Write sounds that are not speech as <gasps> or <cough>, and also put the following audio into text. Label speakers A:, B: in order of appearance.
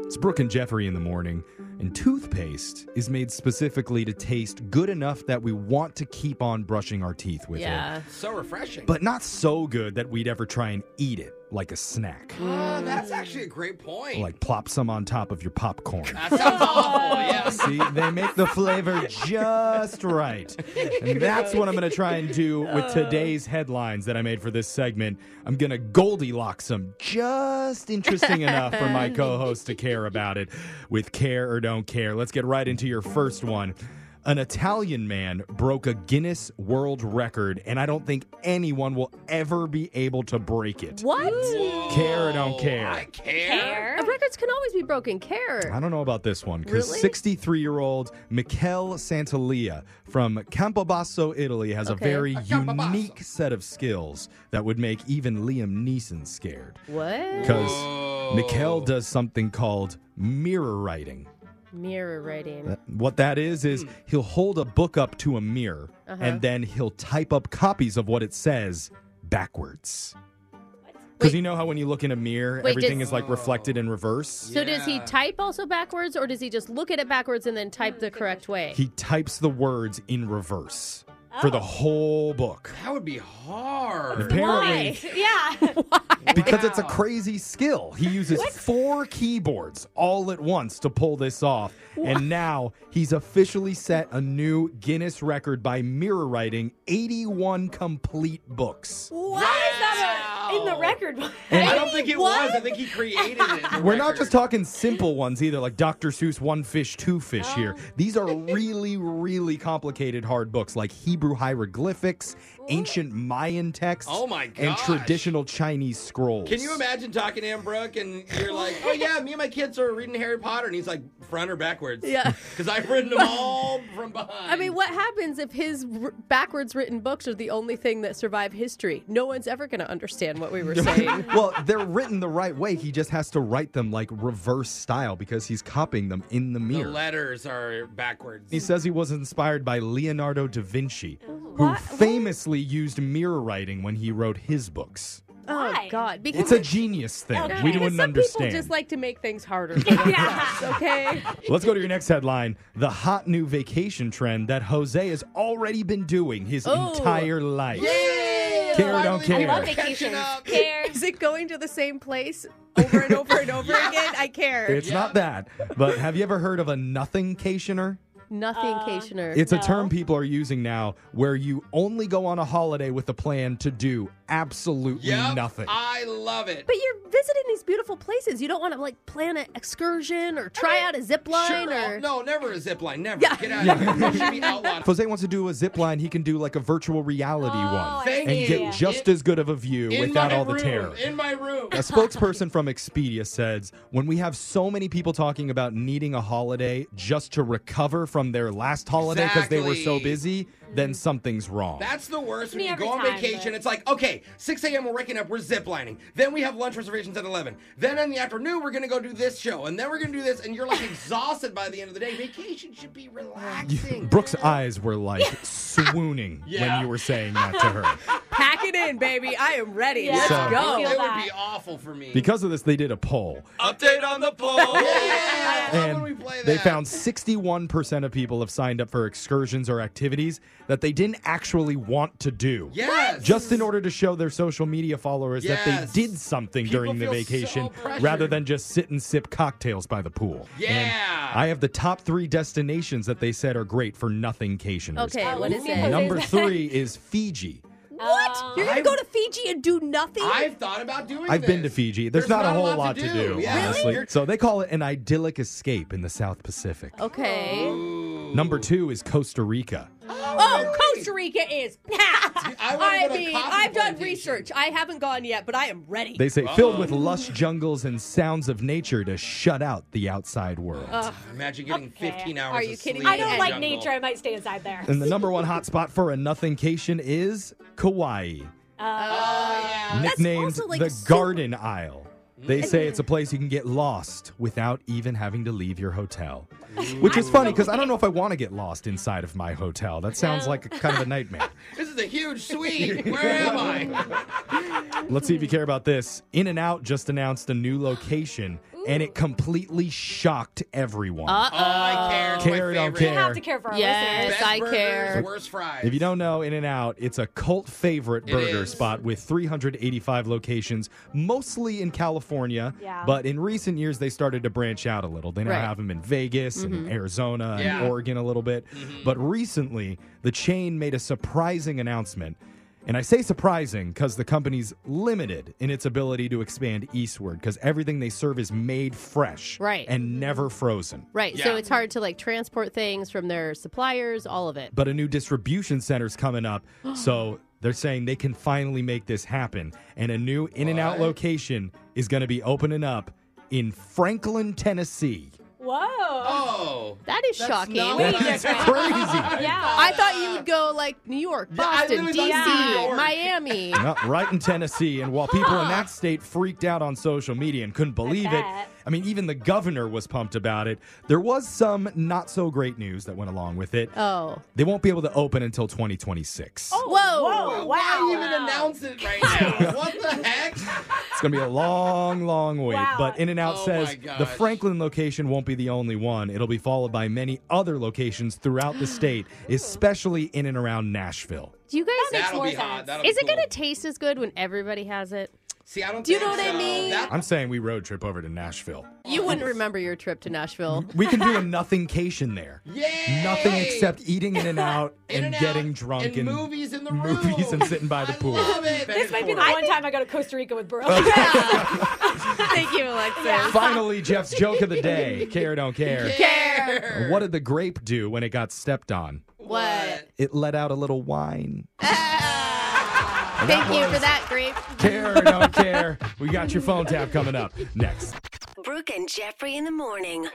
A: It's Brooke and Jeffrey in the morning, and toothpaste is made specifically to taste good enough that we want to keep on brushing our teeth with it,
B: Yeah.
C: So refreshing.
A: but not so good that we'd ever try and eat it like a snack,
C: Ah, that's actually a great point.
A: like plop some on top of your popcorn.
B: <laughs>
C: that sounds awful. Oh, Yeah.
A: <laughs> See, they make the flavor just right. And that's what I'm going to try and do with today's headlines that I made for this segment. I'm going to Goldilocks them just interesting enough for my co host to care about it with Care or Don't Care. Let's get right into your first one. An Italian man broke a Guinness World Record, and I don't think anyone will ever be able to break it.
B: What?
A: Care or don't
C: Oh,
A: care?
C: I care.
B: Uh, Records can always be broken. Care.
A: I don't know about this one because
B: Really?
A: 63 year old Michele Santalia from Campobasso, Italy, has
B: Okay.
A: a very
C: Campobasso.
A: unique set of skills that would make even Liam Neeson scared.
B: What? Oh.
A: Because Michele does something called mirror writing.
B: Mirror writing.
A: What that is,
B: Hmm.
A: is he'll hold a book up to a mirror
B: Uh-huh.
A: and then he'll type up copies of what it says backwards. Because
B: Wait.
A: you know how when you look in a mirror,
B: Wait,
A: everything
B: does-
A: is like reflected in reverse?
B: So does he
C: Yeah.
B: type also backwards, or does he just look at it backwards and then type the correct way?
A: he types the words in reverse for the whole book.
C: That would be hard.
A: Apparently,
B: <laughs>
D: Yeah.
A: <laughs> because it's a
C: Wow.
A: crazy skill. He uses four keyboards all at once to pull this off. And now he's officially set a new Guinness record by mirror writing 81 complete books.
D: Why is that a, in the record? book?
C: I don't think it was. I think he created it. in the
A: We're not
C: record.
A: just talking simple ones either, like Dr. Seuss, One Fish, Two Fish here.
B: Oh.
A: These are really, really complicated hard books like Hebrew hieroglyphics, ancient Mayan texts,
C: Oh my
A: and
C: gosh.
A: traditional Chinese scrolls. <laughs>
C: Can you imagine talking to him, Brooke, and you're like, oh, yeah, me and my kids are reading Harry Potter. And he's like, front or backwards? <laughs>
B: Yeah.
C: Because I've written them all from behind.
B: <laughs> I mean, what happens if his r- backwards written books are the only thing that survive history? No one's ever going to understand
A: <laughs>
B: what we were saying.
A: well, they're written the right way. He just has to write them like reverse style because he's copying them in the
C: The
A: mirror.
C: letters are backwards.
A: he says he was inspired by Leonardo da Vinci, who
D: What?
A: famously used mirror writing when he wrote his books.
B: oh
D: Why?
B: God! Because
A: It's a genius thing.
D: Okay.
A: We
B: because
A: wouldn't
B: some
A: understand.
B: people just like to make things harder.
A: <laughs>
B: For themselves, okay.
A: Let's go to your next headline. The hot new vacation trend that Jose has already been doing his
B: Oh.
A: entire life.
C: Yay!
A: Care or don't
C: Finally,
D: I
A: care?
D: love
C: we're catching
D: vacations.
C: up. <laughs>
D: Care.
B: Is it going to the same place over and over and <laughs> over again? I care.
A: It's not that, but have you ever heard of a nothingcationer?
B: Nothing, Cationer.
A: It's a term people are using now where you only go on a holiday with a plan to do absolutely
C: Yep,
A: nothing.
C: I love it.
B: But you're visiting these beautiful places. You don't want to like plan an excursion or try out a zip line
C: Sure,
B: or.
C: no, never a zip line. Never.
B: Yeah.
C: Get out of here. That should be
A: <laughs>
C: outlawed.
A: if Jose wants to do a zip line, he can do like a virtual reality
D: Oh,
A: one
D: I
A: and
C: see.
A: get just as good of a view
C: In
A: without
C: my
A: all the
C: room,
A: terror.
C: In my room.
A: A spokesperson from Expedia says when we have so many people talking about needing a holiday just to recover from their last holiday because they were so
C: Exactly. Mm-hmm.
A: busy, then something's wrong.
C: That's the worst when
D: Me
C: you go
D: every
C: on
D: time,
C: vacation.
D: but-
C: It's like, okay, 6 a.m. we're waking up, we're ziplining. Then we have lunch reservations at 11. Then in the afternoon, we're going to go do this show. And then we're going to do this. And you're
D: <laughs>
C: like exhausted by the end of the day. Vacation should
A: <laughs>
C: be relaxing.
A: Brooke's eyes were like swooning
C: Yeah.
A: when you were saying that to her.
C: <laughs>
B: Pack it in, baby. I am ready.
D: Yeah.
B: Let's
A: So-
C: it
B: go.
D: feel
C: would be
D: that.
C: awful for me.
A: Because of this, they did a poll.
C: Update on the
D: <laughs>
C: poll. Yeah, I love when we
A: and
C: play
A: they
C: that.
A: found 61% of people have signed up for excursions or activities that they didn't actually want to do.
C: Yes.
A: Just in order to show their social media followers that
C: Yes.
A: they did something
C: People
A: during the
C: feel so
A: vacation
C: pressured.
A: rather than just sit and sip cocktails by the pool.
C: Yeah.
A: And I have the top three destinations that they said are great for nothing cationers.
B: Okay, what is it?
A: Number three is Fiji.
B: What? You're gonna
C: I've-
B: go to Fiji and do nothing?
C: I've thought about doing
A: I've
C: this.
A: been to Fiji. There's, not, a whole lot to do,
C: Yeah.
A: honestly.
C: You're-
A: So they call it an idyllic escape in the South Pacific.
B: okay.
A: Number two is Costa Rica.
B: Oh, Costa Rica <laughs> is packed.
C: I wanna
B: I
C: go to
B: mean,
C: coffee
B: I've done
C: plantation.
B: research. I haven't gone yet, but I am ready.
A: They say filled with lush jungles and sounds of nature to shut out the outside world.
B: Uh-huh.
C: Imagine getting 15 hours
B: Are you
C: of
B: kidding
C: sleep
B: me?
D: I
C: in
D: don't
C: the
D: like
C: jungle.
D: nature. I might stay inside there.
A: and the number one hotspot for a nothingcation is Kauai,
C: Oh,
A: nicknamed
B: also, like, Mm.
A: the
B: super-
A: Garden Isle. They say it's a place you can get lost without even having to leave your hotel.
B: Mm.
A: Which is funny because I don't know if I want to get lost inside of my hotel. That sounds like a, kind of a nightmare.
B: <laughs>
C: This is a huge
A: <laughs>
C: suite. Where am I?
A: Let's see if you care about this. In and Out just announced a new location and it completely shocked everyone.
C: Oh,
B: Uh,
C: I care. It's my
A: Care, don't
C: favorite.
D: We
A: care.
D: have to care for our
B: Yes.
D: listeners.
C: Best
B: I
C: burgers,
B: care.
C: Worst fries.
A: If you don't know In N Out, it's a cult favorite
C: It
A: burger
C: is.
A: spot with 385 locations, mostly in California.
D: Yeah.
A: But in recent years, they started to branch out a little. They now
B: Right.
A: have them in Vegas and in Arizona
C: Yeah.
A: and Oregon a little bit. But recently, the chain made a surprising announcement. And I say surprising because the company's limited in its ability to expand eastward because everything they serve is made fresh
B: Right.
A: and never frozen.
B: Right. So
C: Yeah.
B: it's hard to like transport things from their suppliers, all of it.
A: but a new distribution center's coming
D: <gasps>
A: up. so they're saying they can finally make this happen. And a new In N Out
C: What?
A: location is going to be opening up in Franklin, Tennessee.
D: Whoa.
C: Oh.
B: That is
C: That's
B: shocking.
C: not
D: Wait,
C: what
A: That's
D: different.
A: crazy.
D: <laughs> Yeah.
B: I thought you would go like New York,
C: Yeah, I
B: Boston, DC,
C: literally thought
D: New
C: York.
B: Miami.
A: No, right in Tennessee. And while people in that state freaked out on social media and couldn't believe it,
D: bet.
A: I mean, even the governor was pumped about it. There was some not so great news that went along with it.
B: Oh.
A: They won't be able to open until 2026.
D: Oh,
B: Whoa.
D: Whoa. Wow.
C: Why even announce it
A: <laughs>
C: right now? what the heck?
A: It's gonna be a long, long wait.
D: Wow.
A: But In and Out
C: Oh
A: says
C: my gosh.
A: the Franklin location won't be the only one. It'll be followed by many other locations throughout the state, especially in and around Nashville.
B: Do you guys
D: makes
C: That'll
D: more
C: be hot.
D: sense.
C: That'll
B: Is
C: be
B: it going to
C: cool.
B: taste as good when everybody has it?
C: See, I don't.
B: Do you
C: think
B: know what I
C: so.
B: mean?
C: That-
A: I'm saying we road trip over to Nashville.
B: You wouldn't remember your trip to Nashville.
A: We can do a nothingcation there.
C: Yay!
A: Nothing except eating In and
C: <laughs>
A: Out and
C: In-N-Out
A: getting drunk
C: and
A: and
C: movies in the room.
A: movies and sitting by the
C: I
A: pool.
C: Love it.
D: This might be the one time I go to Costa Rica with Burl.
B: Thank you, Alexis.
A: Finally, Jeff's joke of the
C: <laughs>
A: day. Care don't care.
C: Care.
A: What did the grape do when it got stepped on?
B: What?
A: It let out a little wine.
B: <laughs> Thank you for that, Grape.
A: Care or don't care. We got your phone tap coming up next.
E: Brooke and Jeffrey in the morning.